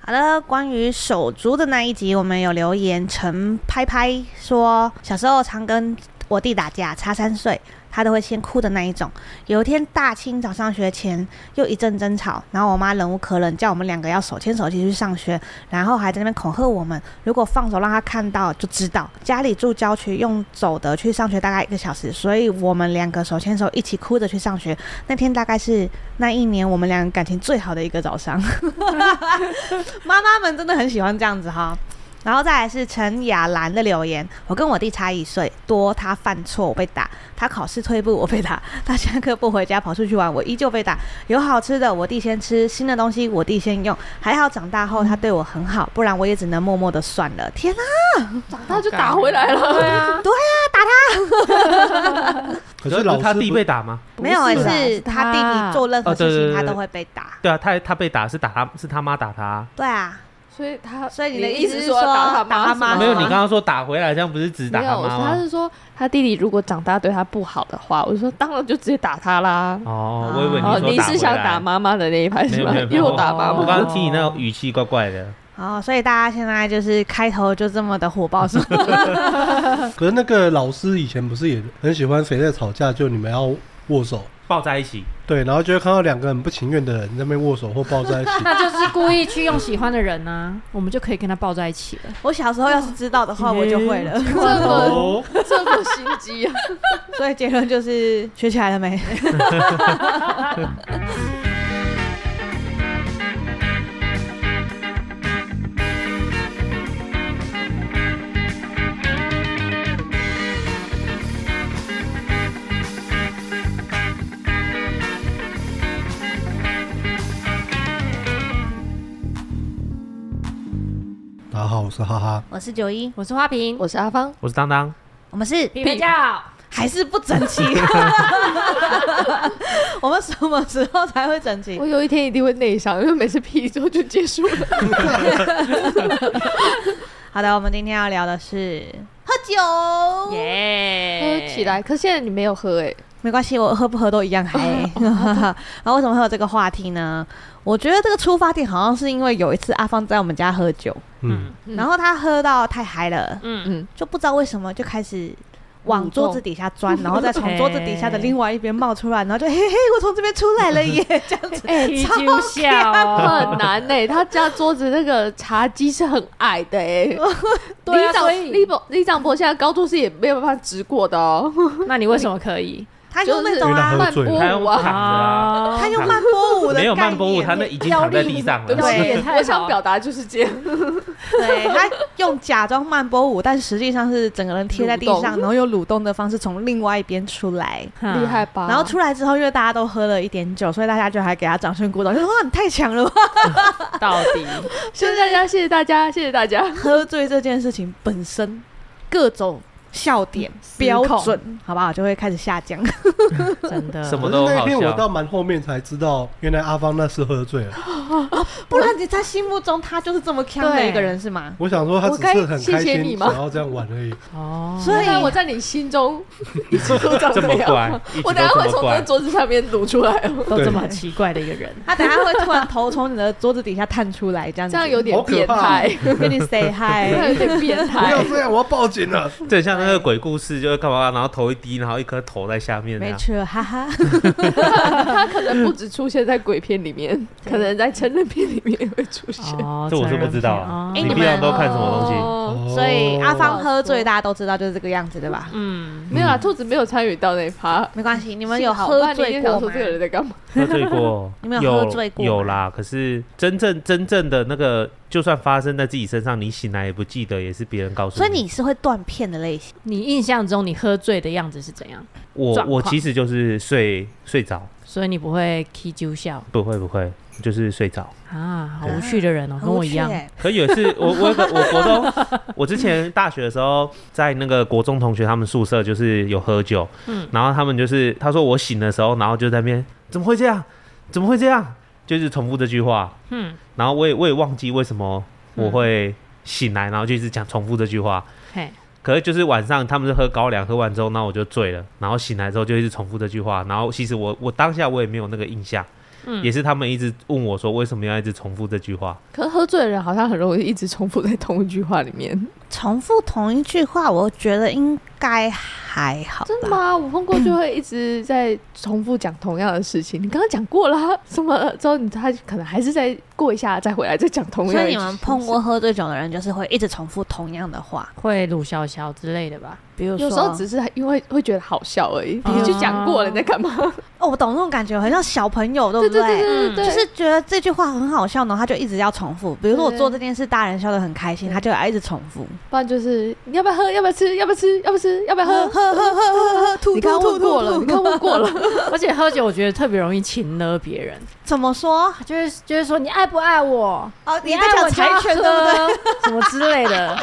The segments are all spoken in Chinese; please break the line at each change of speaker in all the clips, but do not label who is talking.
好了，关于手足的那一集，我们有留言陈拍拍说，小时候常跟我弟打架，差三岁，他都会先哭的那一种。有一天大清早上学前又一阵争吵，然后我妈忍无可忍，叫我们两个要手牵手一起去上学，然后还在那边恐吓我们，如果放手让他看到就知道。家里住郊区，用走的去上学大概一个小时，所以我们两个手牵手一起哭着去上学。那天大概是那一年我们两个感情最好的一个早上。妈妈们真的很喜欢这样子哈。然后再来是陈雅兰的留言，我跟我弟差一岁多，他犯错我被打，他考试退步我被打，他下课不回家跑出去玩我依旧被打，有好吃的我弟先吃，新的东西我弟先用，还好长大
嗯
后他对我很好，不然我也只能默默的算了。天哪、
长大就打回来了。对啊，
可是老师
他
不
弟被打吗？
没有、
不是啦
是
是
他弟
他
弟做任何
哦对
事情
对
他
对
都会被打。
对啊，他他被打是打他是他妈打他啊、
对啊，
所以他，
所以你
你
的意
意
思是
是
说
打
打他
妈
妈
是吗？
没有，你刚刚说打回来，这样不是只打
啊没
他
有，
妈
他
吗？
是说他弟弟如果长大对他不好的话，我就说当然就直接打他啦。
哦，我以为
哦，
说
你
打
是想
回来
打？妈妈的那一派
没
是
有
吗
没有？没有，
又打妈
我
妈，
刚刚听你那个语气怪怪的。
哦，所以大家现在就是开头就这么的火爆是吗？
可是那个老师以前不是也很喜欢谁在吵架，就你们要握手，
抱在一起，
对，然后就会看到两个很不情愿的人在那边握手或抱在一起。
那就是故意去用喜欢的人啊， 我们就可以跟他抱在一起了。
我小时候要是知道的话，我就会了。
嗯
这
哦
么，这么心机啊！
所以结论就是学起来了没？
大家好，我是哈哈。
我是九一，
我是花瓶，
我是阿芳，
我是当当，
我们是
品评价
还是不整 齐？我们什么时候才会整齐
我？有一天一定会内伤，因为每次 P 之后就结束了。
好的，我们今天要聊的是喝酒，
耶，
喝起来，可现在你没有喝哎，
没关系，我喝不喝都一样嗨。 然后为什么会有这个话题呢？我觉得这个出发点好像是因为有一次阿芳在我们家喝酒，
嗯，
嗯
然后她喝到太嗨了，
嗯，
嗯，
就不知道为什么就开始往桌子底下钻，然后再从桌子底下的另外一边冒出来，然后就嘿嘿，我从这边出来了 耶，这样子。
哎，
踢
超
球笑
很
哦，
难哎，他家桌子那个茶几是很矮的哎，
对啊
李长
所以
李伯李长伯现在高度是也没有办法直过的哦，
那你为什么可以？
他用那
就
种啊
是原来，
慢
喝醉了
他
波
用
舞
躺
啊
着。啊，
他用慢波舞的概念，
没有慢波舞，他那已经躺在地上了。
对不
对
起
也太好
我想表达就是这样。
对他用假装慢波舞，但实际上是整个人贴在地
蠕
上，
动
然后用蠕动的方式从另外一边出来。
哈
厉害，吧？
然后出来之后，因为大家都喝了一点酒，所以大家就还给他掌声鼓掌，就说哇你太强 了吧！
到底
谢谢大家，谢谢大家，谢谢大家。
喝醉这件事情本身各种笑点标准，好不好？就会开始下 降。
真的
什么
可是
都
那
好
天我
笑。
到蛮后面才知道，原来阿芳那是喝醉了。
不然你在心目中他就是这么强的一个人是吗？
我想说他只是很
我该
开
谢谢你
心，
吗
想要这样玩而已。
哦，
所以
原来我在你心中一直都长
这么
样。
乖，一直
我
都
等下会
这么
从那
乖。
桌子上面撸出来哦，
都
对
这么奇怪的一个人，
他等下会突然头从你的桌子底下探出来，这样子
这样有点
好可
变
怕
态，
跟你 say
这
hi。
样有点变
不要
态。
这样，我要报警了。
这很像那个鬼故事，就是干嘛，然后头一低，然后一颗头在下面那
没
样。
错，哈哈。
他可能不止出现在鬼片里面，可能在成人片里面也会出现。
哦
这我就不知道
哦
啊。
哎
你
你
平常
们
都看什么东西？
哦
所以阿
芳
芳喝醉，大家都知道就是这个样子，对吧？
嗯，
没有啊，兔子没有参与到那一趴。
没关系，你
你
们有喝醉过
想
吗
说？这个人在干嘛？
喝醉过
？你们有喝醉过吗
有啦，可是真正真正的那个，就算发生在自己身上，你醒来也不记得，也是别人告诉
所以你是会断片的类型。
你印象中你喝醉的样子是怎样？
我
状况
我其实就是睡睡着，
所以你不会踢酒笑
不会不会，就是睡着。
啊，好
对
无趣的人哦，跟我一样
很无趣。欸
可有一次，我我有个我国 中，我之前大学的时候，在那个国中同学他们宿舍，就是有喝酒，
嗯
然后他们就是他说我醒的时候，然后就在那边怎么会这样，怎么会这样，就是重复这句话，
嗯，
然后我也我也忘记为什么我会醒来，然后就一直讲重复这句话。
嘿，
可是就是晚上他们是喝高粱，喝完之后，那我就醉了，然后醒来之后就一直重复这句话，然后其实我我当下我也没有那个印象，
嗯
也是他们一直问我说为什么要一直重复这句话。
可是喝醉的人好像很容易一直重复在同一句话里面，
重复同一句话，我觉得应该还好吧。
真的吗？我碰过就会一直在重复讲同样的事情。你刚刚讲过啦，什么之后你他可能还是再过一下再回来再讲同样的
所
事
以
情。
你们碰过喝醉酒的人，就是会一直重复同样的话，
会鲁小小之类的吧？
比如说，
有时候只是因为会觉得好笑而已，
嗯
你就讲过了，你在干嘛？
哦，我懂那种感觉，很像小朋友，对不
哦对对对
就
对，
是觉得这句话很好笑，然后他就一直要重复。比如说我
对
做这件事，大人笑得很开心，他就要一直重复。
不然就是你要不要喝，要不要吃，要不要吃，要不要吃，要不要喝？
呵呵呵呵， 吐
你刚刚问过了，你刚刚问过了，
而且喝酒我觉得特别容易请了别人，
怎么说？
就是就是说你爱不爱我？
哦，你在
爱
讲
我
柴犬对不对？
对？什么之类的，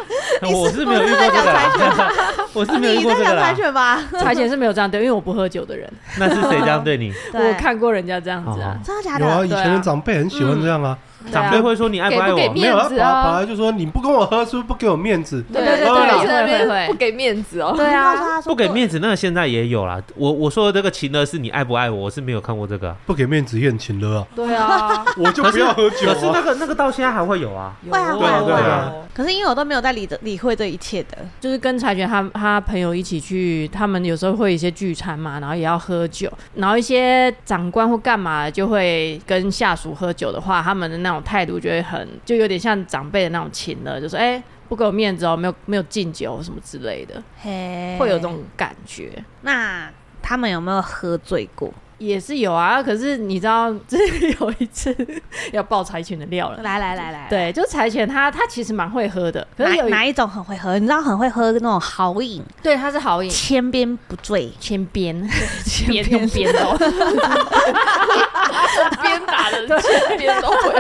我是没有遇过这个啦， 我是没有遇
啊哦你
过
在
这
讲柴
个啦。
犬吧？
柴犬是没有这样对，因为我不喝酒的人，
那是谁这样对你？哦
我
对，
看过人家这样子啊。
真的假
有啊，
的？
以前的长辈很喜欢这样啊，
对啊
长辈会说你爱不爱
给不
我
给？
没有
面
啊，
子
爸
啊
爸就说你不跟我喝，是不是不给我面子？
对
对
对
对
对，在
会
那
会
边
会
不给面子哦。
对啊，
不给面子那个现在也有啦。我我说的这个情的是你爱不爱我，我是没有看过这个啊。
不给面子也很勤了啊，
对啊，
我就不要喝酒
可是那
啊。
个那个到现在还会有啊。
会啊
有
会啊
对啊
会
对
啊。可是因为我都没有在理这理会这一切的，
就是跟柴犬他他朋友一起去，他们有时候会有一些聚餐嘛，然后也要喝酒，然后一些长官或干嘛就会跟下属喝酒的话，他们的那种态度就会很，就有点像长辈的那种情了，就说哎、不给我面子哦，没有没有敬酒什么之类的，
嘿
会有这。种感觉。
那他们有没有喝醉过？
也是有啊，可是你知道， 这有一次要爆柴犬的料了。
来来来来，
对，就柴犬它它其实蛮会喝的，可
哪
是有一
哪一种很会喝？你知道很会喝那种好饮，
对它是好饮，
千边不醉。
千边边用边 哦，
边打的前边都会，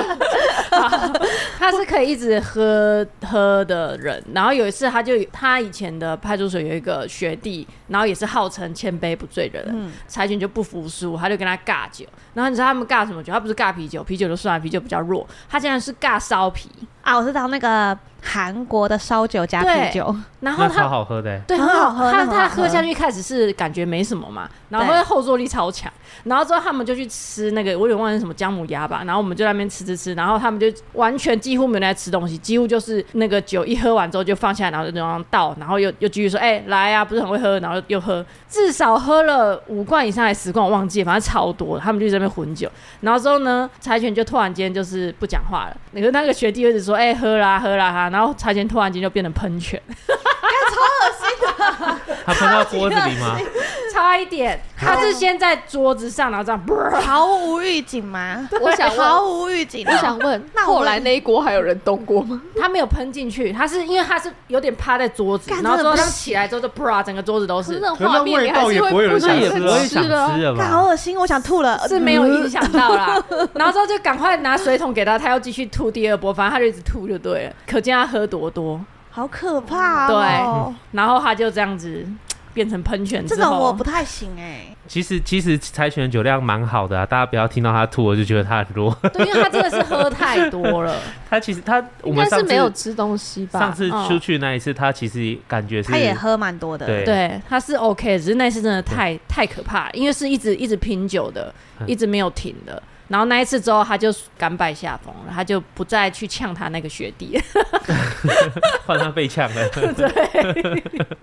他是可以一直喝喝的人。然后有一次，他就他以前的派出所有一个学弟，然后也是号称千杯不醉的人，
嗯，
柴犬就不服输，他就跟他尬酒。然后你知道他们尬什么酒？他不是尬啤酒，啤酒就算了，啤酒比较弱，他竟然是尬烧啤。
啊，我知道那个韩国的烧酒加啤酒，
然后
那超
他
好喝的、欸，
对
很好喝
他
那很好
他
喝
喝下去一开始是感觉没什么嘛，然后
对
后座力超强，然后之后他们就去吃那个我有点忘了是什么姜母鸭吧，然后我们就在那边吃吃吃，然后他们就完全几乎没有在吃东西，几乎就是那个酒一喝完之后就放下来，然后就往上倒，然后又又继续说哎、来呀、不是很会喝，然后又喝，至少喝了五罐以上还是十罐我忘记了，反正超多，他们就在那边混酒，然后之后呢，柴犬就突然间就是不讲话了，那个那个学弟就一直说哎、喝啦喝啦哈，然后柴犬突然间就变成喷泉，
他喷到锅子里吗？
差一点，他是先在桌子上，然后这 样，啵
毫无预警吗？
我想问
毫无预警、啊
我想问，
那我们
后来那一锅还有人动过吗？
他没有喷进去，他是因为他是有点趴在桌子，
干
然后之
真的
后
不
他
行
们起来之后就 啪，整个桌子都是，
那
可是那
画面
味
你还
道也
是
不会有人
想
那也不会
再
想
吃了啊
吃。了
干好
吧？
恶心，我想吐了。呃
是没有影响到啦。然后之后就赶快拿水桶给他，他要继续吐第二波，反正他就一直吐就对了，可见他喝多多。
好可怕哦！
然后他就这样子变成喷泉
这
之
种我
后
不，太行哎、
其实其实柴犬酒量蛮好的啊，大家不要听到他吐我就觉得他很弱。
对，因为他真的是喝太多了，
他其实他我
应
们
该
上
是
次
没有吃东西吧？
上次
嗯
出去那一次，他其实感觉是
他也喝蛮多的。
对
对，他是 OK，只是那次真的太太可怕，因为是一直一直拼酒的，
嗯
一直没有停的。然后那一次之后，他就甘拜下风了，他就不再去呛他那个学弟。
换他被呛了。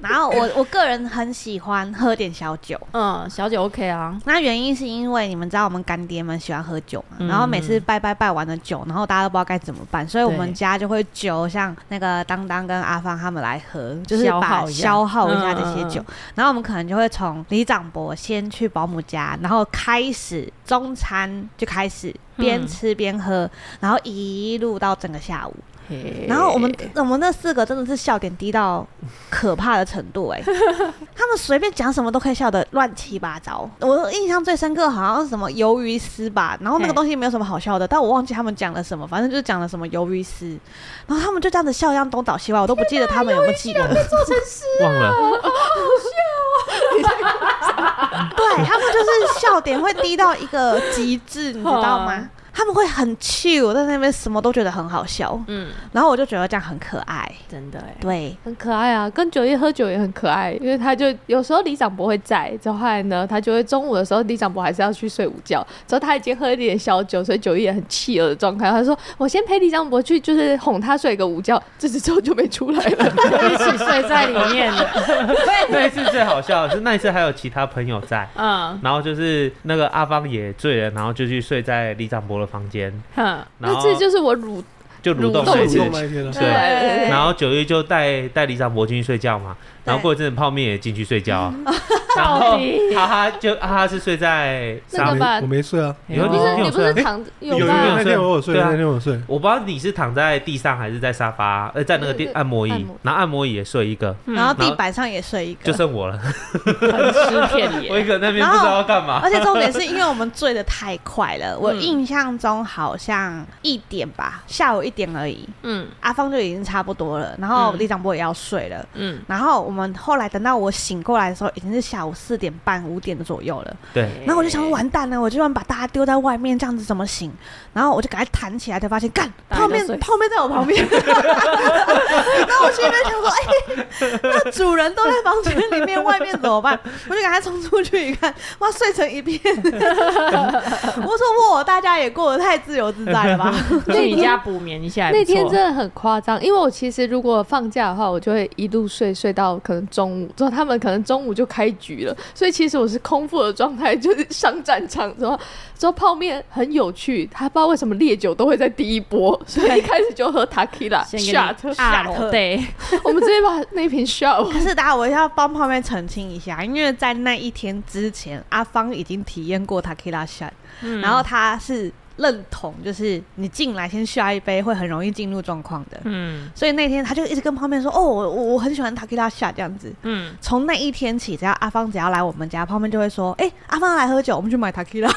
然后我 我个人很喜欢喝点小酒。
嗯，小姐 OK 啊，
那原因是因为你们知道我们干爹们喜欢喝酒嘛，
嗯
然后每次拜拜拜完了酒，然后大家都不知道该怎么办，所以我们
对
家就会酒像那个当当跟阿芳他们来喝，就是
消
把
耗一下
消耗一下这些
嗯嗯嗯
酒，然后我们可能就会从李长伯先去保姆家，然后开始中餐就开始边
嗯
吃边喝，然后一路到整个下午，然后我们我们那四个真的是笑点低到可怕的程度哎、他们随便讲什么都可以笑得乱七八糟。我印象最深刻好像是什么鱿鱼丝吧，然后那个
嘿
东西没有什么好笑的，但我忘记他们讲了什么，反正就是讲了什么鱿鱼丝，然后他们就这样子笑，这样东倒西歪，我都不记得他们有没有记得。
忘了，
对他们就是笑点会低到一个极致，你知道吗？他他们会很 chill，在那边什么都觉得很好笑，
嗯，
然后我就觉得这样很可爱。
真的哎、
对，
很可爱啊，跟九一喝酒也很可爱，因为他就有时候李长博会在，之后后来呢，他就会中午的时候，李长博还是要去睡午觉，之后他已经喝一点小酒，所以九一也很气儿的状态，他说我先陪李长博去，就是哄他睡个午觉，这次之后就没出来了，
一起睡在里 面的，
那一次最好笑的是那一次还有其他朋友在，
嗯
然后就是那个阿芳也醉了，然后就去睡在李长博的房间，
哼，
然
那
后
这就是我蠕
就
蠕
蠕
动
动那一次
互
是
动那一天呢，
对
对
然后九一就带带李长博进去睡觉嘛，然后
对
过一阵子泡面也进去睡觉啊，然后哈哈就哈哈是睡在
那
沙
个
我
发，
吧
没我没睡啊，
你说
不是
你
你
有
不
睡
是
啊？
躺有
有
吧
那天我有睡，
对啊
那天我有睡，
我不知道你是躺在地上还是在沙发，呃，在那个电
对对
按摩椅
按摩，
然后按摩椅也睡一个，
然后
然
地
后
板上也睡一个，
就剩我了，
很吃片
我一
野，
个人那边不知道要干嘛。
而且重点是因为我们醉的太快了，我印象中好像一点吧，下午一点而已，
嗯
阿芳就已经差不多了，然后
嗯
李长波也要睡了。
嗯，
然后我们后来等到我醒过来的时候，已经是下午四点半、五点左右了。
对，
然后我就想
嗯
说，完蛋了，我居然把大家丢在外面，这样子怎么行？然后我就赶快弹起来，才发现干
大家
泡
都
面
睡死
泡面在我旁 边。然后我心里面想说，哎、那主人都在房间里面，外面怎么办？我就赶快冲出去一看，哇，睡成一片。 我说，哇，大家也过得太自由自在了 吧？
去你家补眠一下也
那
不错，
天真的很夸张，因为我其实如果放假的话，我就会一路睡睡到可能中午，之后他们可能中午就开局了，所以其实我是空腹的状态，就是上战场之后，之后泡面很有趣，他不知道为什么烈酒都会在第一波， 所以一开始就喝 Takila
先给你
shot，
啊
shot
对，
我们直接把那瓶 shot
可是，大家我要帮泡面澄清一下，因为在那一天之前，阿芳已经体验过 Takila shot，、
嗯
然后他是认同，就是你进来先下一杯会很容易进入状况的。
嗯
所以那天他就一直跟泡面说：“哦，我我我很喜欢 Takila shot 这样子。”
嗯，
从那一天起，只要阿芳只要来我们家，泡面就会说：“哎、阿芳来喝酒，我们去买 Takila。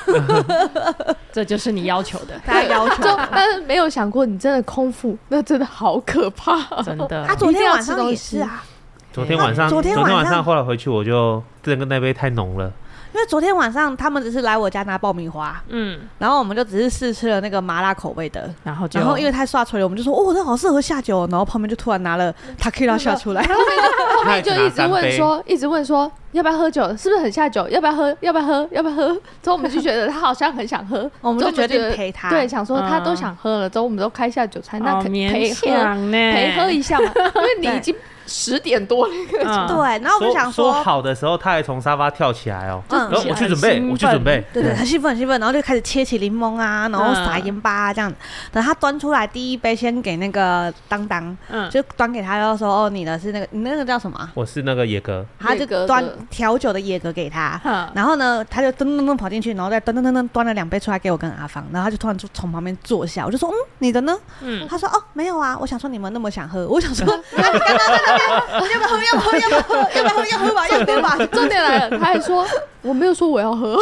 这就是你要求 的”，
他要求
就但是没有想过你真的空腹，那真的好可怕。
真的
他，昨天晚
一定
上
要
也
吃
是啊，
昨天晚上，
昨
昨
天
天
晚上
晚上后来回去我就这个那杯太浓了，
因为昨天晚上他们只是来我家拿爆米花，
嗯，
然后我们就只是试吃了那个麻辣口味的，
然后就
然后因为太刷锤了，我们就说哦，那好适合下酒哦，然后旁边就突然拿了 t a k i l a 下出来，
后 面就一直问说，一直问说要不要喝酒，是不是很下酒？要不要喝？要不要喝？要不要喝？之后我们就觉得他好像很想喝，
我们就
之后
决定陪他。
对，，想说他都想喝了，之后我们都开下酒餐，那
好
可
哦勉
陪喝
强啊呢，
陪喝一下嘛，因为你
对
已经十点多了，
嗯
对，然后我们
说
想
说好的时候他还从沙发跳起来哦，
嗯
然后我去准备，
很兴奋
我去准备，
对对，很兴奋很兴奋，然后就开始切起柠檬啊，然后撒盐巴啊这样。等他端出来第一杯，先给那个当当，
嗯，
就端给他，然后说哦，你的是那个，你那个叫什么啊？
我是那个野哥，
他就
野格的
端调酒的野格给他，
哼
然后呢，他就噔噔噔跑进去，然后再噔噔噔噔端了两杯出来给我跟阿芳，然后他就突然就从旁边坐下，我就说嗯，你的呢？
嗯，
他说：“哦，没有啊，我想说你们那么想喝，我想说，啊，你刚刚在那边要不要喝？要不要喝？要不要喝？要不要喝？要喝吧，要喝吧。
重点来了，他还说我没有说我要喝，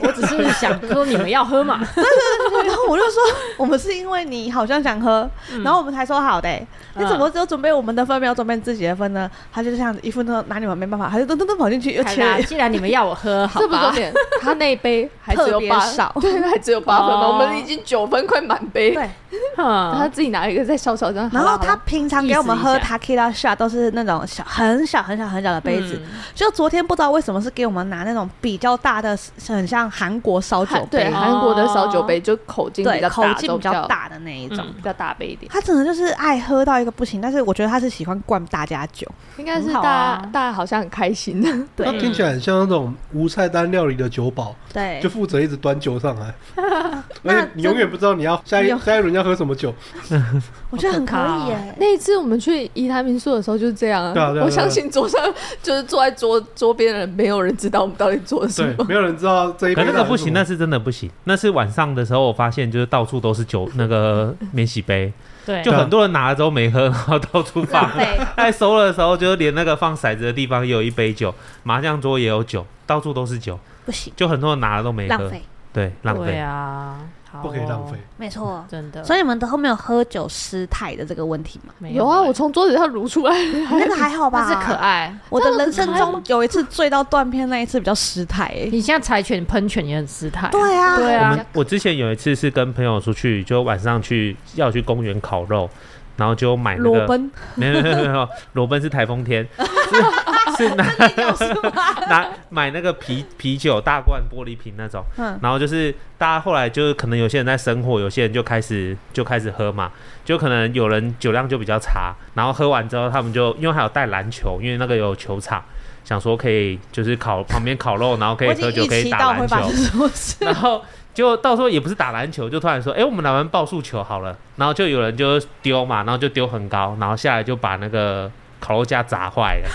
我只是想说你们要喝 嘛，
然后我就说，我们是因为你好像想喝，
嗯
然后我们才说好的、欸你怎么只有准备我们的份，没有准备自己的份呢？他就这样子一副那种拿你们没办法，他就噔噔噔跑进去又
好
切
啦
了。
既然你们要我喝，好
这不重
吧，
点，他那一杯还只有
特别
八
少
对，还只有八分嘛，
哦
我们已经九分快满杯，
对，
他
哼，
自己拿一个在小小张，
然
好
后
啦好啦
他平常给我们喝 t a k i l a shot 都是那种小很小很小很小的杯
嗯
子，
嗯
就昨天不知道为什么是给我们拿那种比较大的，很像韩国烧酒
韩
杯
对，韩国的烧酒杯就口径比
对，
较
口
大，
径
都
比较，大的那一种。
嗯
比较大杯一点。
他真的就是爱喝到一个不行，但是我觉得他是喜欢灌大家酒，
应该是
很
大
好
家、
啊
大家好像很开心的，
他听起来很像那种无菜单料理的酒保，
哎
对
就负责一直端酒上 来，
那
而且你永远不知道你要下一
有
下一轮要喝什么酒，
我觉得很可以耶、
那一次我们去宜兰民宿的时候就是这样啊。
对啊对啊
我相信桌上就是坐在桌桌边的人，没有人知道我们到底做了什
对
么，。
没有人知道这一
可
杯
那
到
个
底
不
是
行，
什
那
么
是真的不行。那是晚上的时候，我发现就是到处都是酒，那个免洗杯，
对，
就很多人拿了之后没喝，然后到处 放。
费。
在收了的时候，就是连那个放骰子的地方也有一杯酒，麻将桌也有酒，到处都是酒，
不行，
就很多人拿了都没
浪
喝
费。。
对，浪
对
费。
啊，好
不可以浪费
哦，。
没错。
真的。
所以你们都没有喝酒失态的这个问题吗？
没
有啊，
欸
我从桌子上撸出来，
哎那个还好吧，
那是可。爱。
我的人生中有一次醉到断片，那一次比较失态、欸。
你现在柴犬喷犬也很失态啊，
对啊，
对
我
啊
们，我之前有一次是跟朋友出去，就晚上去要去公园烤肉，然后就买那
裸
个，
奔
没有没有没有没有，裸奔是台 风天，是是拿拿买那个啤啤酒大罐玻璃瓶那种，
嗯，
然后就是大家后来就是可能有些人在生火，有些人就开始就开始喝嘛，就可能有人酒量就比较差，然后喝完之后他们就因为还有带篮球，因为那个有球场，想说可以就是烤旁边烤肉，然后可以
我已
喝
经
酒，
预
可以
期
打
到
篮
会
球
发，生什么事。
然后。就到时候也不是打篮球，就突然说，哎、我们来玩爆速球好了。然后就有人就丢嘛，然后就丢很高，然后下来就把那个烤肉架砸坏了。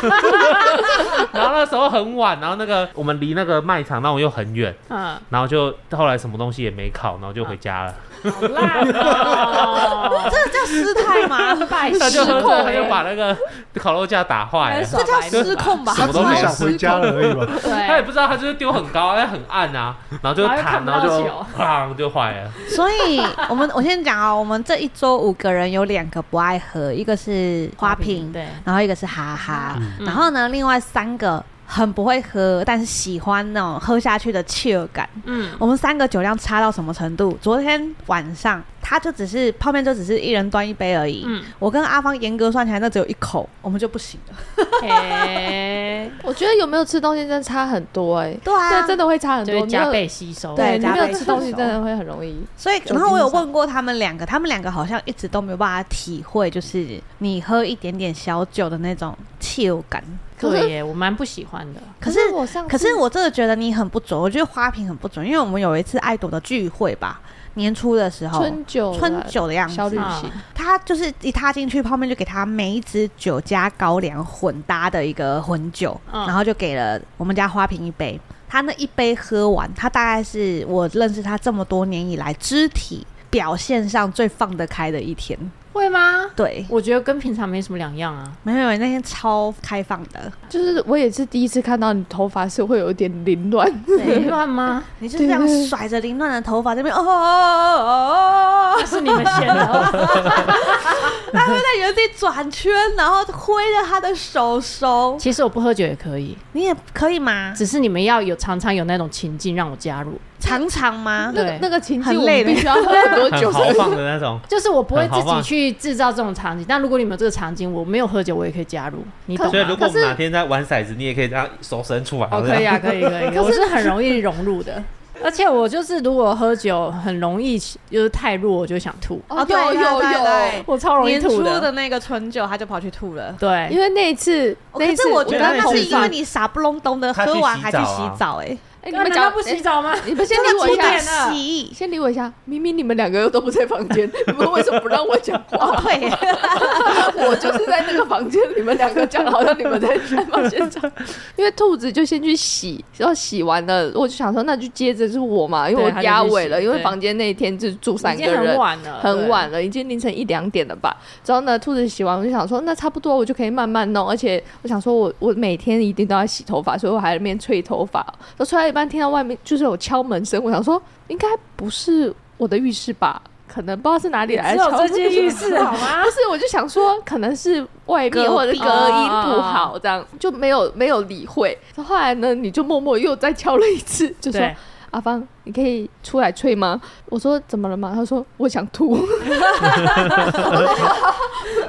然后那时候很晚，然后那个我们离那个卖场那种又很远，
嗯，
然后就后来什么东西也没烤，然后就回家了。
好烂 哦，
这叫失态吗？
拜
他就
失
喝
控
醉，他
欸
就把那个烤肉架打坏了。
这叫失控
哦
吧？
什
他
么
只
都没
是
有
想回家了而已 嘛。
他也
对，
不知道，他就是丢很高，但很暗啊，然后就
然后又
弹，
看不
然后
到
就
球
砰就坏了。
所以我们我先讲哦，我们这一桌五个人有两个不爱喝，一个是花瓶，
对，
然后一个是哈哈，
嗯
然后呢，另外三个很不会喝，但是喜欢那种喝下去的气儿感。
嗯，
我们三个酒量差到什么程度？昨天晚上他就只是泡面，就只是一人端一杯而已。
嗯
我跟阿芳严格算起来，那只有一口，我们就不行了。
嘿，
我觉得有没有吃东西真的差很多哎、
对啊，
这真的会差很
就
多，
会
你没有
加倍吸收，
对
对，你没
加
有
倍
吃
吸收
东西真的会很容易。
所以，
酒
然后我有
精上
问过他们两个，他们两个好像一直都没有办法体会，就是你喝一点点小酒的那种气有感。
对耶，我蛮不喜欢的，
可是，
我上次，
可是我真的觉得你很不准，我觉得花瓶很不准，因为我们有一次爱朵的聚会吧，年初的时候，
春酒啊
春酒的样
小旅
子，
行，
他就是一踏进去，泡面就给他每一支酒加高粱混搭的一个混酒，
嗯
然后就给了我们家花瓶一杯。他那一杯喝完，他大概是我认识他这么多年以来肢体表现上最放得开的一天。
会吗？
对，
我觉得跟平常没什么两样 啊，
没有没有，那天超开放的。
就是我也是第一次看到你头发是会有一点凌乱，
凌乱吗？
你就这样
对
甩着凌乱的头发，这边哦哦哦哦哦哦，
是你们先的，
他会在原地转圈，然后挥着他的手手。
其实我不喝酒也可以，
你也可以吗？
只是你们要有常常有那种情境让我加入，
常常吗？
那个
对
那个情
很
境我
累
们
的
必须要喝很多酒
很
才
豪放的那种。
就是我不会自
很豪
己
放
去制造这种场景，但如果你们有这个场景，我没有喝酒，我也可以加入，你懂
所以
吗？
如果我
可
们
是
哪天在玩骰子，你也可以这样手伸出来。
哦，可以啊，可以， 可以，可以我是很容易融入的。而且我就是，如果喝酒很容易，就是太弱我就想吐，
哦对
有
对
有
对对
有，
我超容易
年
吐
初的那个春酒，他就跑去吐了。
对，
因为那一次，
哦
那一
可
次
是我觉得
跟
那
同
是
事
因为你傻不隆咚的
他去
喝完
洗
还去
澡
洗
啊
澡，哎，
哎，你
那
们
难
讲
道不洗，澡吗？
哎你们先
真
理
的
我一
几
下
点
真，的
洗？
先理我一下。明明你们两个又都不在房间，你们为什么不让我讲话？
哦，对，
我就是在那个房间，你们两个讲，好像你们在开放现场。 因为兔子就先去洗，然后洗完了，我就想说，那就接着是我嘛，因为
对
我压尾了，
他就去洗
因为
对
房间那一天就住三
已
个
经很
人。
晚了，
很
啊对
晚。了，已经凌晨一两点了吧。之后呢，兔子洗完，我就想说，那差不多我就可以慢慢弄。而且我想说我，我每天一定都要洗头发，所以我还在那边吹头发。我吹到一半，听到外面就是有敲门声，我想说，应该不是我的浴室吧？可能不知道是哪里来
只
的敲
有
门
这
声。
间浴室好吗
不？是，我就想说，可能是外
隔
面或者
壁
啊
隔音不好，这样就没有没有理会。后来呢，你就默默又再敲了一次，就说
对，：“
阿芳，你可以出来吹吗？”我说：“怎么了嘛？”他说：“我想吐。”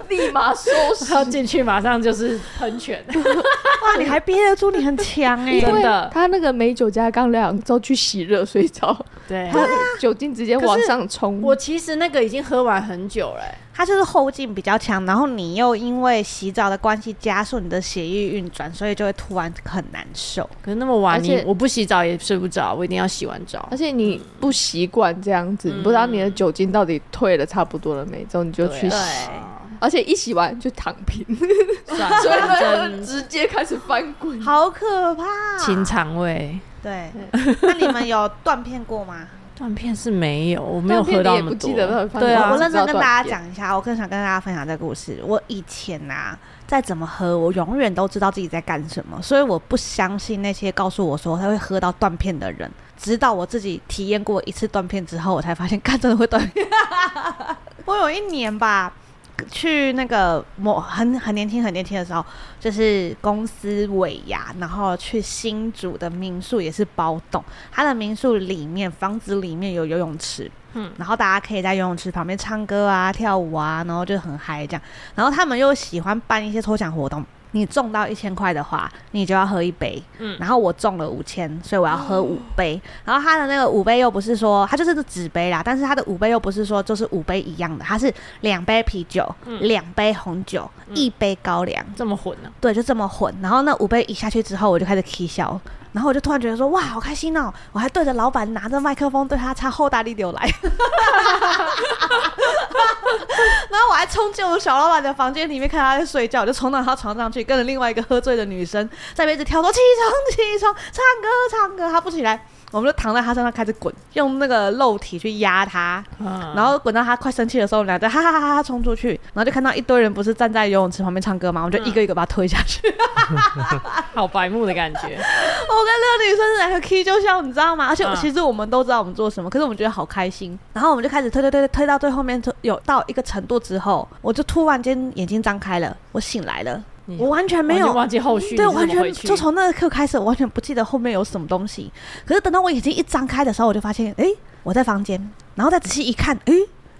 立马收拾
然。后进去马上就是喷泉，
哇，你还憋得住，你很强哎
因
因
真
为
的
他那个美酒加刚两之后去洗热水澡，
对。
他酒精直接往上冲。
哎我其实那个已经喝完很久了、欸
他就是后劲比较强，然后你又因为洗澡的关系加速你的血液运转，所以就会突然很难受。
可是那么晚
而且
你我不洗澡也睡不着，我一定要洗完澡
而。且你不习惯这样
嗯
子，你不知道你的酒精到底退了差不多了没，之后你就去
对
洗。
啊
而且一洗完就躺 平，
算
所以
了，
他
真
直接开始翻滚。
好可怕！
清肠胃
对，那你们有断片过吗？
断片是没有，我没有
断片你
喝到
也
那么
不记
多。
得到底放
对
多
啊
少
我我认真
知
跟
道断
大家
片
讲一下，我更想跟大家分享这个故事。我以前呐、再怎么喝，我永远都知道自己在干什么，所以我不相信那些告诉我说他会喝到断片的人。直到我自己体验过一次断片之后，我才发现， 干真的会断片。我有一年吧，去那个某很很年轻很年轻的时候，就是公司尾牙，然后去新竹的民宿也是包栋，它的民宿里面房子里面有游泳池，
嗯
嗯，然后大家可以在游泳池旁边唱歌啊、跳舞啊，然后就很嗨这样。然后他们又喜欢办一些抽奖活动。你中到一千块的话，你就要喝一杯。
嗯哦
然后我中了五千，所以我要喝五杯。然后它的那个五杯又不是说它就是纸杯啦，但是它的五杯又不是说就是五杯一样的，它是两杯啤酒、
嗯
两、杯红酒、
嗯
一杯高粱，
这么混啊呢、
对，就这么混。然后那五杯一下去之后，我就开始 K 笑，然后我就突然觉得说哇，好开心哦！我还对着老板拿着麦克风对他插后大力流来，然后我还冲进我们小老板的房间里面看他在睡觉，我就冲到他床上去，跟着另外一个喝醉的女生在那边一直跳说起床起床，唱歌唱歌，他不起来。我们就躺在他身上开始滚，用那个肉体去压他，
啊
然后滚到他快生气的时候，我们俩就哈哈哈哈哈冲出去，然后就看到一堆人不是站在游泳池旁边唱歌嘛，我们就一个一个把他推下去。
好白目的感觉，
我跟那个女生两个 K 就笑，你知道吗？而且
嗯
其实我们都知道我们做什么，可是我们觉得好开心。然后我们就开始推推推推推到最后面，就有到一个程度之后，我就突然间眼睛张开了，我醒来了
你，
我完全没有
完全忘记后续，
对，
你
我完
是怎么
全
回去
就从那个刻开始，我完全不记得后面有什么东西。可是等到我眼睛一张开的时候，我就发现，诶，我在房间，然后再仔细一看，诶，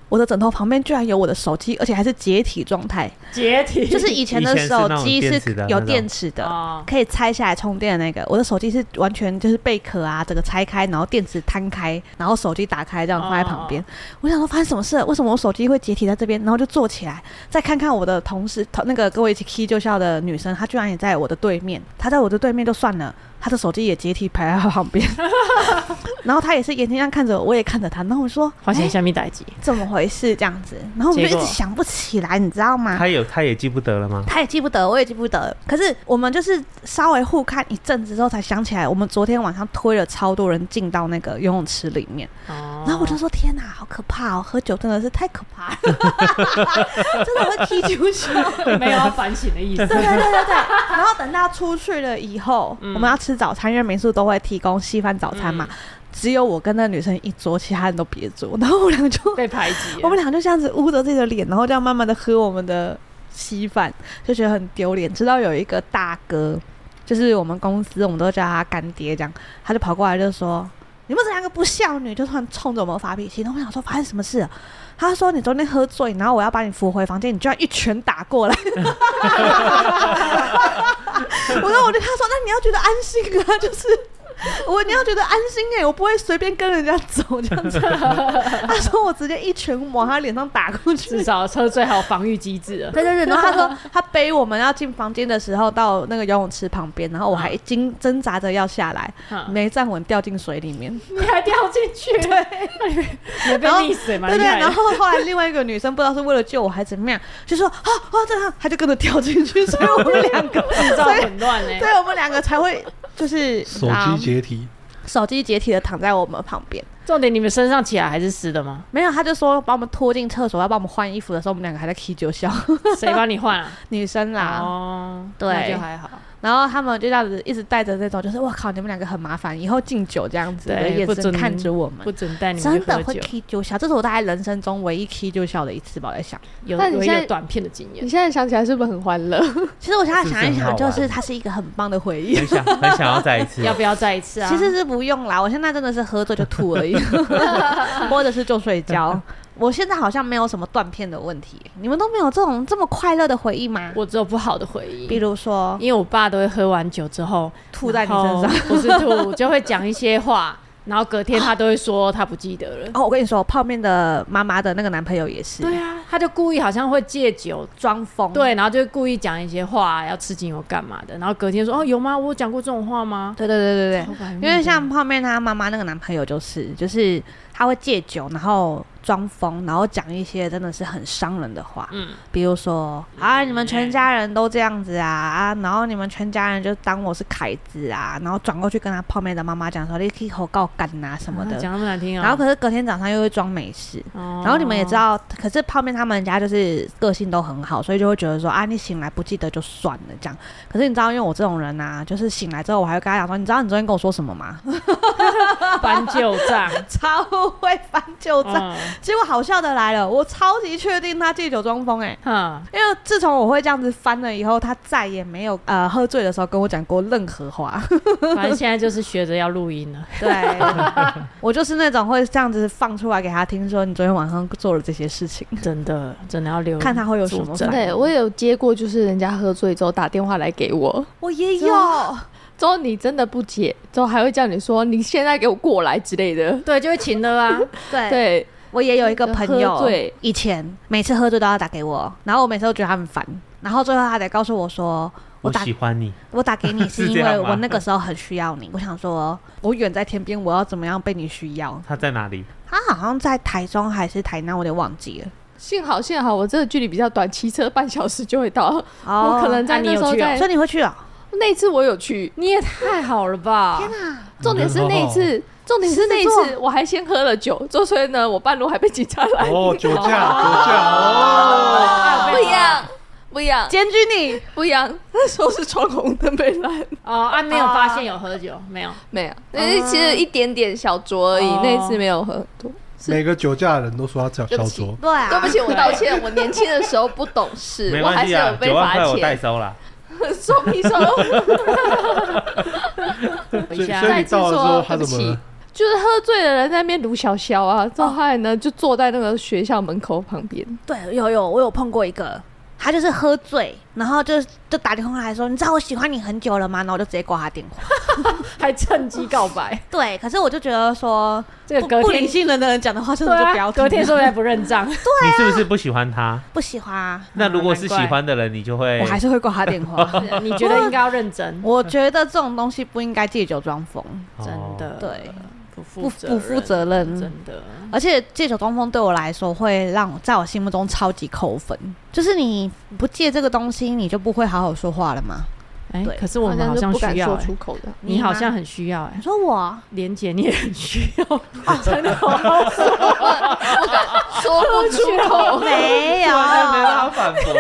我的枕头旁边居然有我的手机，而且还是解体状态，
解体，
就是以前的
以前是那
手
种
机
电
是
池的
有
那种
电池的，
啊，
可以拆下来充电的那个，我的手机是完全就是贝壳啊，整个拆开，然后电池摊开，然后手机打开，这样放在旁
哦
边。我想说发生什么事了？为什么我手机会解体在这边？然后就坐起来，再看看我的同事，同那个跟我一起 K 就笑的女生，她居然也在我的对面，她在我的对面就算了，她的手机也解体排在她旁 边，然后她也是眼睛这样看着我，我也看着她，然后我说哎
发现下面打击，
怎么回事这样子，然后我们就
结
一
果
直想不起来，你知道吗？
他有他也记不得了吗？
他也记不得，我也记不得。可是我们就是稍微互看一阵子之后，才想起来，我们昨天晚上推了超多人进到那个游泳池里面。然
然
后我就说：“天哪，好可怕哦！喝酒真的是太可怕 了，真的会踢出去。”
没有要反省的意思，
对对对对对。然后等到出去了以后，
嗯
我们要吃早餐，因为民宿都会提供稀饭早餐嘛。只有我跟那女生一桌，其他人都别桌。然后我俩就
被排挤了，
我们俩就这样子捂着自己的脸，然后这样慢慢的喝我们的稀饭，就觉得很丢脸。直到有一个大哥，就是我们公司，我们都叫他干爹，这样他就跑过来就说：“你们这两个不孝女！”就突然冲着我们发脾气。然后我想说发生什么事了？他说：“你昨天喝醉，然后我要把你扶回房间，你居然一拳打过来。”我说：“我就跟他说，那你要觉得安心啊，就是。”我你要觉得安心哎、我不会随便跟人家走这样子。他说我直接一拳往他脸上打过去
至，少车最好防御机制了，
对对对，然后他说他背我们要进房间的时候，到那个游泳池旁边，然后我还经挣扎着要下来，
嗯
没站稳掉进水里面。
你还掉进去，对， 你被
然后
溺死，蛮
对
厉
对，
害
然
的。
后后来另外一个女生不知道是为了救我还是怎么样，就说啊啊这样，她就跟着掉进去，所以我们两 个，
制造
所以
混乱欸呢，
对我们两个才会就是
手
啊
机解体，
手机解体的躺在我们旁边。
重点你们身上起来还是湿 的吗？
没有，他就说把我们拖进厕所，要帮我们换衣服的时候，我们两个还在 K 九笑，
谁帮你换啊？
女生啦。
哦，
对
那就还好，
然后他们就这样子一直带着那种，就是我靠，你们两个很麻烦，以后敬酒这样子的
对
眼
不
神
准
看着我们
不，准带你们
真
去
的
喝
会
酒。
K 就笑，这是我大概人生中唯一 K 就笑的一次吧。我在想，
有
那你
有一
现
个
在
短片的经验
你，现在想起来是不是很欢乐？
其实我现在想一
是不是很好
想，
玩
就是它是一个很棒的回忆。
很想很想要再一次
要，不要再一次啊？
其实是不用啦，我现在真的是喝醉就吐而已， 或者是就睡觉。我现在好像没有什么断片的问题，你们都没有这种这么快乐的回忆吗？
我只有不好的回忆，
比如说
因为我爸都会喝完酒之后
吐在你身上。，
不是吐，就会讲一些话，然后隔天他都会说他不记得 了。
哦，我跟你说，泡面的妈妈的那个男朋友也是，
对啊，他就故意好像会戒酒，
装疯。
对，然后就故意讲一些话，要吃精油干嘛的，然后隔天说哦有吗？我有讲过这种话吗？嗯
对对对对对
超白目的
因为像泡面她妈妈那个男朋友就是，就是他会戒酒，然后装疯，然后讲一些真的是很伤人的话，
嗯，
比如说啊，你们全家人都这样子啊啊，然后你们全家人就当我是凯子啊，然后转过去跟他泡妹的妈妈讲说，你可以口告干呐什么
啊
的。
讲那么难听啊、
然后可是隔天早上又会装没事，
哦
然后你们也知，道，可是泡面他们家就是个性都很好，所以就会觉得说啊，你醒来不记得就算了这样。可是你知道，因为我这种人啊，就是醒来之后我还会跟他讲说，你知道你昨天跟我说什么吗？
翻旧账，
超会翻旧账。
嗯
结果好笑的来了，我超级确定他借酒装疯哎、
哼，
因为自从我会这样子翻了以后，他再也没有呃喝醉的时候跟我讲过任何话。
反正现在就是学着要录音了。
对， 我就是那种会这样子放出来给他听，说你昨天晚上做了这些事情，
真的，真的要留
看他会有什么
佐
反
证
应。
对，我也有接过，就是人家喝醉之后打电话来给我，
我也
真
有
的，之后你真的不接，之后还会叫你说你现在给我过来之类的。
对，就会请了 啊。
对
对，
我也有一个朋
喝
友
醉，
以前每次喝醉都要打给我，然后我每次都觉得他很烦，然后最后他得告诉我说，我
我
打
喜欢你，
我打给你是
是
因
这样
为
吗
我那个时候很需要你，我想说，我远在天边，我要怎么样被你需要？
他在哪里？
他好像在台中还是台南，我有点忘记了。
幸好幸好我这个距离比较短，骑车半小时就会到。
哦
我可能在
那你
那时候
有去哦
在、
所以你会去哦？
那一次我有去，
你也太好了吧！天哪，
重点是那一次，重点是那一
狮子
次我还先喝了酒，之后所以呢，我半路还被警察来。
哦，酒驾，酒驾，哦，
不一样，不一样，
检举你，
不一样。那时候是闯红灯被拦，
哦，啊，没有发现有喝酒，没有。
没有，那是其实一点点小酌而已，
哦
那一次没有喝很多。
每个酒驾的人都说他小
对
小
不起
酌，
对啊，
对不起，我道歉， 我年轻的时候不懂事，
没
我还
关
是
系
有
啊，
被
九万块
罚
我代
钱。
收啦。
说屁说，
回
所以
家
所以你到了之后他
再次说对不
怎么了
起？就是喝醉的人在那边卢小小啊，之后后来呢就坐在那个学校门口旁边，
对，有有，我有碰过一个，他就是喝醉，然后就就打电话来说，你知道我喜欢你很久了吗？然后我就直接挂他电话。
还趁机告 白，
对，可是我就觉得说，
这个
不
隔
不
天
理性人的人讲的话，真
对
的就不
啊，
要
隔
听
天说不定还不认 账，
你是不是不喜欢他？
不喜欢啊，
那如果是
难
喜
怪
欢的人，你就会
我还是会挂他电话。
你觉得应该要认真，
我觉得这种东西不应该借酒装疯，
哦
真的
对，
不
不
负
不负责任。
真的。
而且借酒装疯对我来说会让我在我心目中超级扣分，就是你不借这个东西，你就不会好好说话了吗？
哎
对，
可是我们好
就
像
不敢
需要
说
欸，
出口的。
你好
吗
像很需要哎
你，说我。
莲姐你也很需 要，真的
说不出口
哦没 有
突然没办法反驳。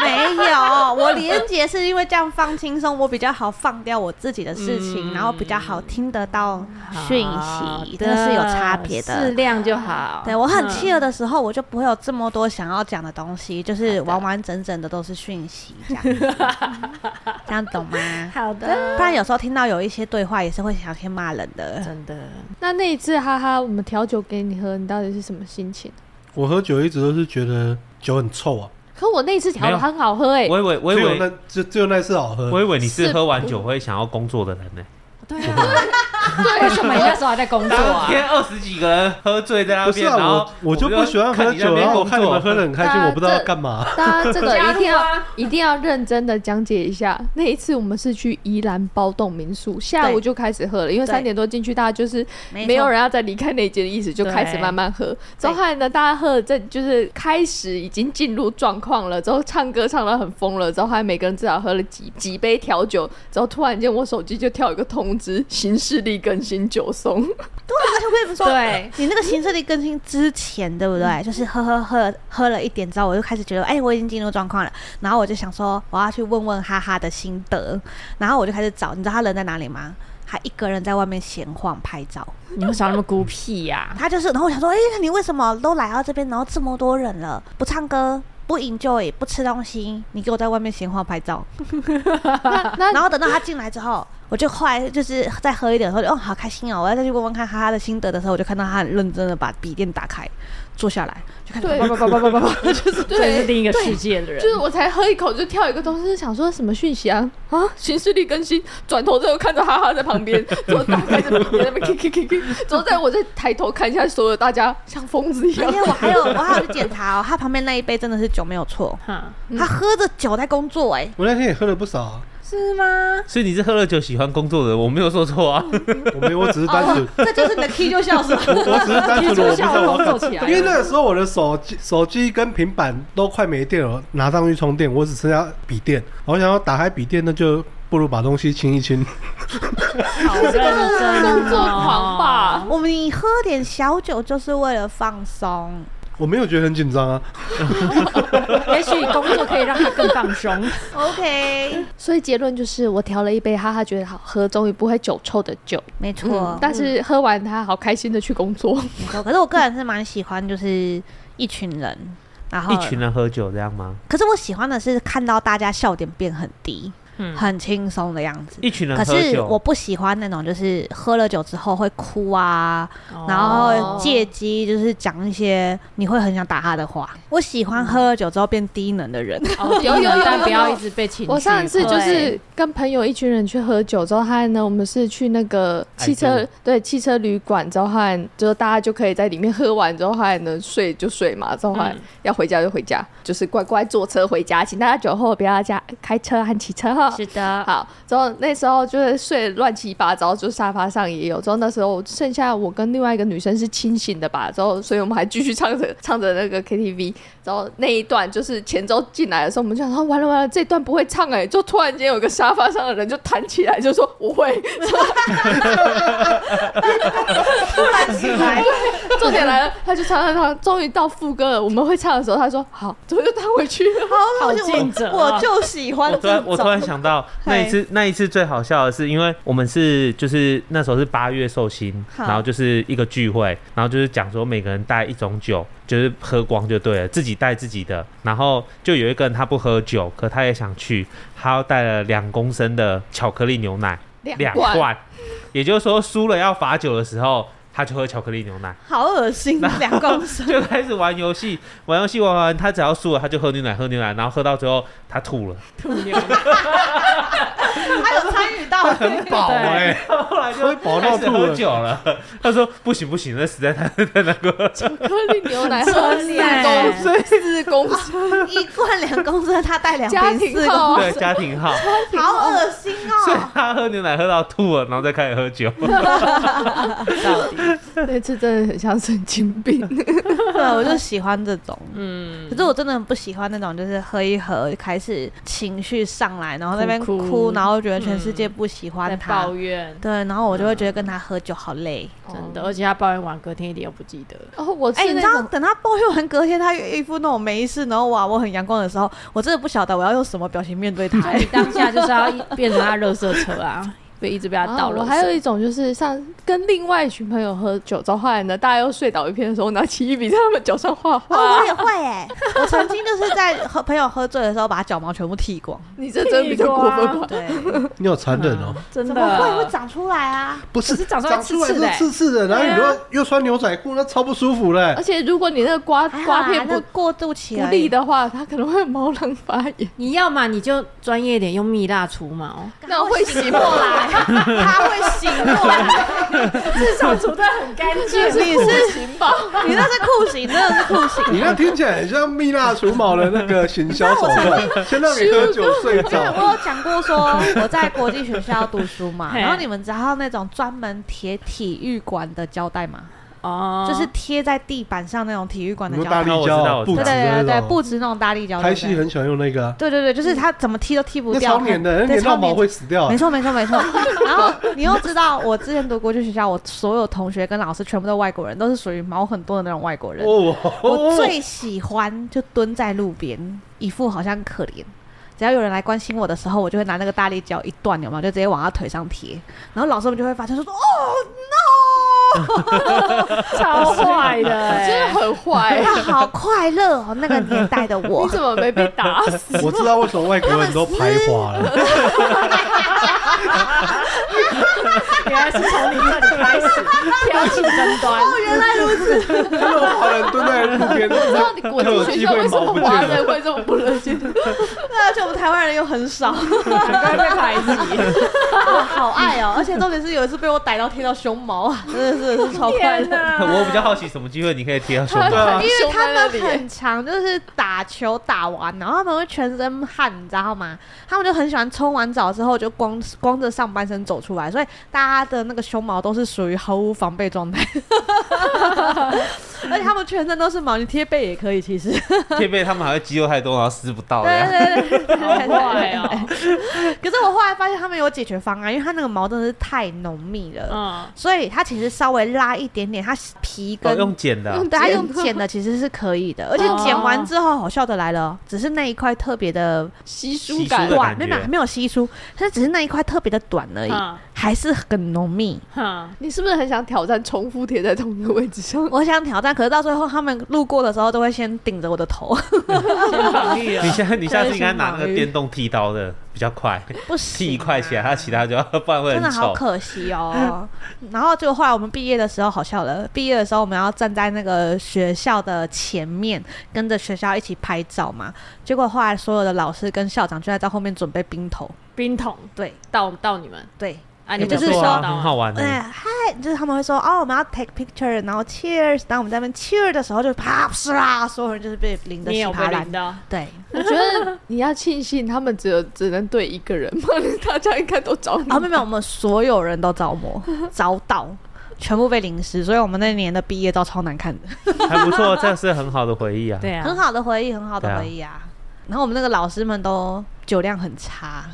没有，我连结是因为这样放轻松，我比较好放掉我自己的事情，
嗯
然后比较好听得到讯
好
息，真的是有差别
适
的。
量就好。
对我很
嗯
气了的时候，我就不会有这么多想要讲的东西，就是完完整整的都是讯息这样， 这样懂吗？
好的
不然有时候听到有一些对话，也是会想先骂人的。
真的，
那那一次，哈哈，我们调酒给你喝，你到底是什么心情？
我喝酒一直都是觉得酒很臭啊，
可我那一次调
没
的
有
很好喝哎、
我以为，我以
只有
为，
那只只有那一次好喝
我以，为你是
是
喝完酒会想要工作的人呢。
对 啊， 为什么你那时候还在工作
当
啊？
天二十几个人喝醉在那
不是
边，
啊，
然后
我我就不喜欢喝
看你在那
酒，啊
边
然后我
工
看你
作
们喝的很开心，
啊
我不知道
这
要干嘛。
大家这个一定要、
加入啊
一定要认真的讲解一下。那一次我们是去宜兰包栋民宿，下午
对
就开始喝了，因为
对
三点多进去，大家就是
没
没有
错
人要再离开那一间的意思，就开始慢慢喝。之后后来呢，大家喝了这就是开始已经进入状况了，之后唱歌唱到很疯了，之后后来每个人至少喝了几几杯调酒，之后突然间我手机就跳一个通知，新势力更新酒松，
对啊，而且我跟你们说，
对，
你那个行事历更新之前，对不
嗯
对？就是喝喝喝喝了一点之后，我就开始觉得，哎、我已经进入状况了。然后我就想说，我要去问问哈哈的心得。然后我就开始找，你知道他人在哪里吗？他一个人在外面闲晃拍照。
你为啥那么孤僻呀？
他就是，然后我想说，哎、你为什么都来到这边，然后这么多人了，不唱歌？不 enjoy，不吃东西，你给我在外面闲晃拍照。
那
然后等到他进来之后，我就后来就是再喝一点的时候，哦，好开心哦！我要再去问问看哈哈的心得的时候，我就看到他很认真的把笔电打开，坐下来，就开始
对
叭叭叭叭叭 叭叭，就是
这是
对。
另一个世界的人
就，是我才喝一口就跳一个东西，想说什么讯息啊 啊！新势力更新，转头之后看着哈哈在旁 边，之后打开这边在那边 k k k k，之后在我再抬头看一下所有大家像疯子一
而
样
且，我还有我还有去检查哦，他旁边那一杯真的是酒没有错，
哈，
他喝着酒在工作哎、
我那天也喝了不少啊，
是吗？
所以你是喝了酒喜欢工作的人，我没有说错啊。
我没有，我只是单 纯，
哦
哦
这就是你的 key 就笑死了。
我我只是单纯，我不知
笑
道我
容
要
皱起来
因为那个时候我的手机、手机跟平板都快没电了，拿上去充电，我只剩下笔电。我想要打开笔电，那就不如把东西清一清。
好认真哦
工作狂吧？
我们你喝点小酒就是为了放松，
我没有觉得很紧张啊，
哦也许工作可以让他更 放松。
OK，
所以结论就是，我调了一杯哈哈觉得好喝，终于不会酒臭的酒。
没错、
嗯，但是喝完它好开心的去工作。
没错。可是我个人是蛮喜欢，就是一群人，然后
一群人喝酒这样吗？
可是我喜欢的是看到大家笑点变很低，
嗯
很轻松的样子。
一群人
可
喝
是我
酒，
不喜欢那种，就是喝了酒之后会哭啊，
哦
然后借机就是讲一些你会很想打他的话。我喜欢喝了酒之后变低能的人，
哦
有有有
但
有
不要
有
一直被情绪。哦
我上一次
对
就是跟朋友一群人去喝酒之后，还呢，我们是去那个汽
哎
车
对
对汽车旅馆之后，还就是大家就可以在里面喝完之后，还能睡就睡嘛，之后还
嗯
要回家就回家，就是乖乖坐车回家，请大家酒后不要加开车和骑车哈。
是的，
好，之后那时候就是睡得乱七八糟，就沙发上也有。之后那时候剩下我跟另外一个女生是清醒的吧，之后所以我们还继续唱着 唱着那个 KTV。然后那一段就是前奏进来的时候，我们就想说完了完了，这段不会唱哎、就突然间有个沙发上的人就弹起来，就说我会。
起 来
重点来了，他就唱唱唱，终于到副歌了，我们会唱的时候，他说好，最后就弹回去了。
好
就
尽责
我
啊
我就喜欢
我突然
这
我突然
种。
想到那一次那一次最好笑的是，因为我们是就是那时候是八月寿星，
好
然后就是一个聚会，然后就是讲说每个人带一种酒，就是喝光就对了，自己带自己的。然后就有一个人他不喝酒，可他也想去，他带了两公升的巧克力牛奶，两
罐，
罐，也就是说输了要罚酒的时候，他就喝巧克力牛奶。
好恶心，两公 升。
就开始玩游戏，玩游戏玩完，他只要输了，他就喝牛奶，喝牛奶，然后喝到最后他吐了，
他有参与到，
很
啊
饱哎、
后来
喝
就
饱
开
到
始
吐
喝
了。
酒了。他说不行不行，那实在太
哦
太难过了。
巧克力牛 奶喝四
真的
公升，四公升。
一罐两公升，他带两
家
瓶
庭
四
号
公
对，家庭号，
升，好恶心
所以
哦！
他喝牛奶喝到吐了，然后再开始喝 酒。
到底
那次真的很像神经病。
对，我就喜欢这种。
嗯
可是我真的很不喜欢那种，就是喝一喝开始情绪上来，然后在那边
哭
哭，
哭
然后觉得全世界不喜
在
欢他。
抱怨，
对，然后我就会觉得跟他喝酒好累。
真的，而且他抱怨完隔天一点都不记得。
哦，我
哎、
嗯是
你
那
知道，
种
等他抱怨完隔天，他一副那种没事，然后哇，我很阳光的时候，我真的不晓得我要用什么表情面 对他、
哎
所以你当下就是要一变成他热色车啊，被一直被他
啊
倒热
我
色。
还有一种就是像跟另外一群朋友喝酒，之后后来呢，大家又睡倒一片的时候，我拿起一笔在他们脚上画 画。
哦，我也会哎、我曾经就是在和朋友喝醉的时候，把脚毛全部剃光。
你这真的比较过 分吧？
对，
你有残忍哦、
啊真
怎么会会
的，
长出来啊？
不是
嗯可是长出来
出来
刺刺的
是
欸
刺刺的，然后你
对啊
又又穿牛仔裤，那超不舒服嘞、欸
而且如果你那个刮
还好
刮
啊
片
那
不
过渡期
不
而
利
已。
的话，它可能会有毛囊发 炎，
你要嘛你就专业一点，用蜜蜡除毛，
那会醒
过 来，他会醒过来。
至少除的很干净。
你是行吧？你那是酷刑，真的是酷刑。
你那听起来很像蜜蜡除毛的那个行 销手段，先让你喝酒睡
因为
着。
我有讲过说我在国际学校读书嘛，
嘿
然后你们知道那种专门贴体育馆的胶带吗？
哦，
就是贴在地板上那种体育馆的
你
胶
们大
带
力。
我知道
胶、
我知
布
对
道
子
对对对，
那
不
种，
止那种大力胶带。
拍戏很喜欢用那个啊，
对对对，就是它怎么踢都踢不
那
掉。
超黏的，那
对
黏到毛。
超
会死掉
没
欸。
错没错没 错，然后你又知道，我之前读国际学校，我所有同学跟老师全部都外国人，都是属于毛很多的那种外国人。
哦，
我最喜欢就蹲在路边，一副好像可怜。只要有人来关心我的时候，我就会拿那个大力胶一段，有没有？就直接往他腿上贴。然后老师们就会 发现说：“哦
超坏的
真的
欸，
很坏
，no！” 。 哇，好快乐哦，那个年代的
你
我。
怎么没被打死？
我知道 为什么外国人都排华了，
原来是从你这里开始挑起争端。
原来如此，
看到我好人蹲在路边，
不知道哦你国际学校为什么华人会这么不热心？
而且我们台湾人又很少，
刚刚被排挤，
我好爱哦！而且重点是有一次被我逮到贴到胸毛啊，真的是真的是超快
天
乐。
哪！
我比较好奇什么机会你可以贴到胸
他
口
对啊
很
因为
凶
他
在那里
们
耶
很常就是打球打完，然后他们会全身汗，你知道吗？他们就很喜欢冲完澡之后就光光着上半身走出来，所以大家的那个胸毛都是属于毫无防备状态，而且他们全身都是毛，你贴背也可以，其实。
贴背，他们还会肌肉太多，然后撕不到
对
的。
对对对，对
好坏哦。
可是我后来发现他们有解决方案，因为它那个毛真的是太浓密了，
嗯，
所以它其实稍微拉一点点，它皮
哦，
跟、
用剪的啊，
对它用剪的其实是可以的，而且剪完之后好笑的来了哦，只是那一块特别的
稀
稀
疏
疏
感
的
短，
感
没
觉
有没有稀疏，它只是那一块特别的短而已，
嗯
还是很浓密。
哼，
你是不是很想挑战重复贴在同一个位置上？
我想挑战，可是到最后他们路过的时候都会先顶着我的头，
先防御
你
了。
下你下次应该拿那个电动剃刀的比较快，
不行、
剃一块起来，它其他就要，不然会
啊真的
很
好
丑。
可惜哦。然后就后来我们毕业的时候好笑了，毕业的时候我们要站在那个学校的前面，跟着学校一起拍照嘛。结果后来所有的老师跟校长就在在后面准备冰头，
冰桶
对
到到你们
对。
啊，
也
你
哎就
们
是
有
说
收
啊，
到
很
吗
好玩的。
哎嗨，就是他们会说哦，我们要 take picture，然后 cheers，然后我们在那边 cheer 的时候就啪唰啦，所有人就是被淋的
你也
稀
有被
巴烂
淋。到，
对，
我觉得你要庆幸他们只有只能对一个人啊嘛， 大家应该都找你
然后。妹妹，我们所哦有人都着 魔，遭到，全部被淋湿，所以我们那年的毕业照超难看的。
还不错，这是很好的回忆啊。
对 啊，
很好的回忆，很好
对
的
啊
回忆啊。然后我们那个老师们都酒量很差，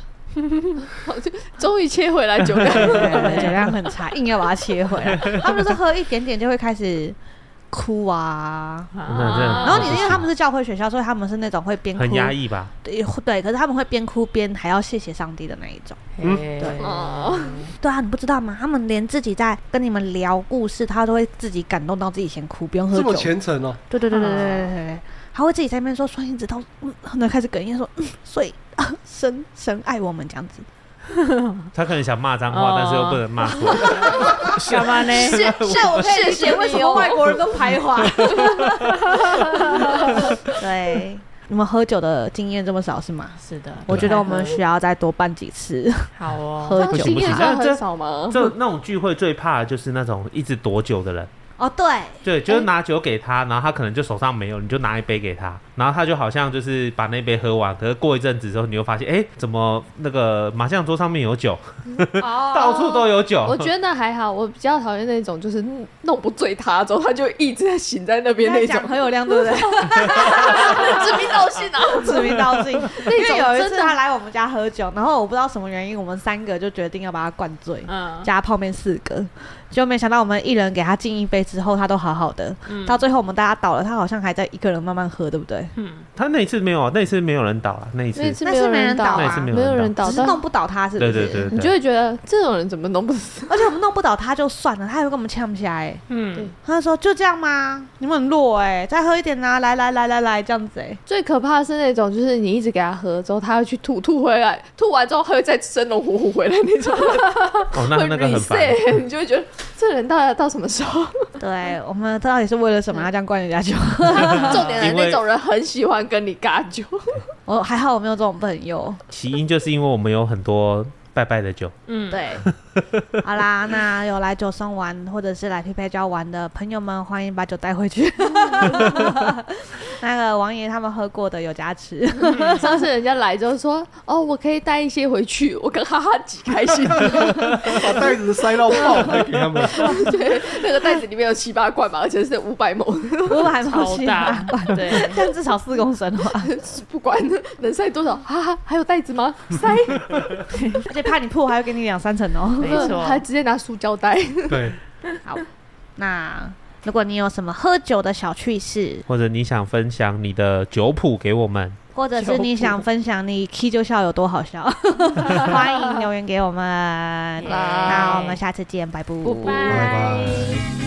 终于切回来酒 量，
对，酒量很差， 硬要把它切回 来。他们就是喝一点点就会开始哭啊。
那真的
然后你因
不
为
行
他们是教会学校，所以他们是那种会边哭
很压抑吧？
对对，可是他们会边哭边还要谢谢上帝的那一种。
嗯
对
哦
对啊，你不知道吗？他们连自己在跟你们聊故事，他都会自己感动到自己先哭，不用喝
这么
酒。
虔诚哦，
对对对对对对对对，他会自己在那边说酸性指头，嗯，然后开始哽咽说，嗯，所以、啊、神神爱我们这样子。
他可能想骂脏
哦
话，但是又不能骂出来。
干 嘛呢？
是是，我可以理解为什么外国 人都排华。对，你们喝酒的经验这么少是吗？
是的，
我觉得我们需要再多办几次。
好哦。
喝
这样
酒
经验
不行
算
这
很少吗？
这那种聚会最怕的就是那种一直躲酒的人，
哦，对，
对，就是拿酒给他，然后他可能就手上没有，你就拿一杯给他，然后他就好像就是把那杯喝完，可是过一阵子之后，你又发现，哎，怎么那个麻将桌上面有酒， 到处都有酒，
嗯哦我觉得那还好，我比较讨厌那种就是弄不醉他之后，他就一直在醒在那边那
在
种
讲，很有量，对不 对？
致命道性啊！
指名道姓。因
那
为
种
有一次
真的
他来我们家喝酒，然后我不知道什么原因，我们三个就决定要把他灌醉。
嗯，
加泡面四个，就没想到我们一人给他敬一杯之后，他都好好的。
嗯
到最后我们大家倒了，他好像还在一个人慢慢喝，对不对？
他那一次没有，那一次没有人倒了，那一次
那一次
那
没
是
有
没人
人
倒
倒
啊
啊，
那一次没有人
倒，
只是
但
弄不倒他，是不
对
是？
对对
你
对
就
对，
会觉得这种人怎么弄不死？
而且我们弄不倒他就算了，他还会跟我们呛起来、欸。
嗯，
他就说就这样吗？你们很弱哎、再喝一点呐、来来来来来，这样子哎、
最可怕的是那种，就是你一直给他喝之后，他会去吐，吐回来，吐完之后他会再生龙活虎回来那种，
哦，那
会
那个很烦，
reset，你就会觉得这人到底要到什么时候？
对我们到底是为了什么
嗯
要这样灌人家酒？
嗯
重点来
因为
那种人很喜欢跟你尬酒，
我还好我没有这种朋友。
起因就是因为我们有很多拜拜的酒，
嗯
对，好啦，那有来九松玩或者是来匹配交玩的朋友们，欢迎把酒带回 去。那个王爷他们喝过的有加持，
上次人家来之后说，哦，我可以带一些回去，我跟哈哈几开 心。
把袋子塞到爆还给他们，
对，那个袋子里面有七八罐吧，而且是五百亩，
我还蛮
超 大，对，
但至少四公升吧，
不管能塞多少，哈哈，还有袋子吗？塞，
而且怕你破还要给你两三层哦。
没 错，
还直接拿塑胶袋。
对，
那如果你有什么喝酒的小趣事，
或者你想分享你的酒谱给我们，
或者是你想分享你 K 就笑有多好 笑，欢迎留言给我们。
耶
那我们下次见，拜
拜
拜
拜
拜。
拜。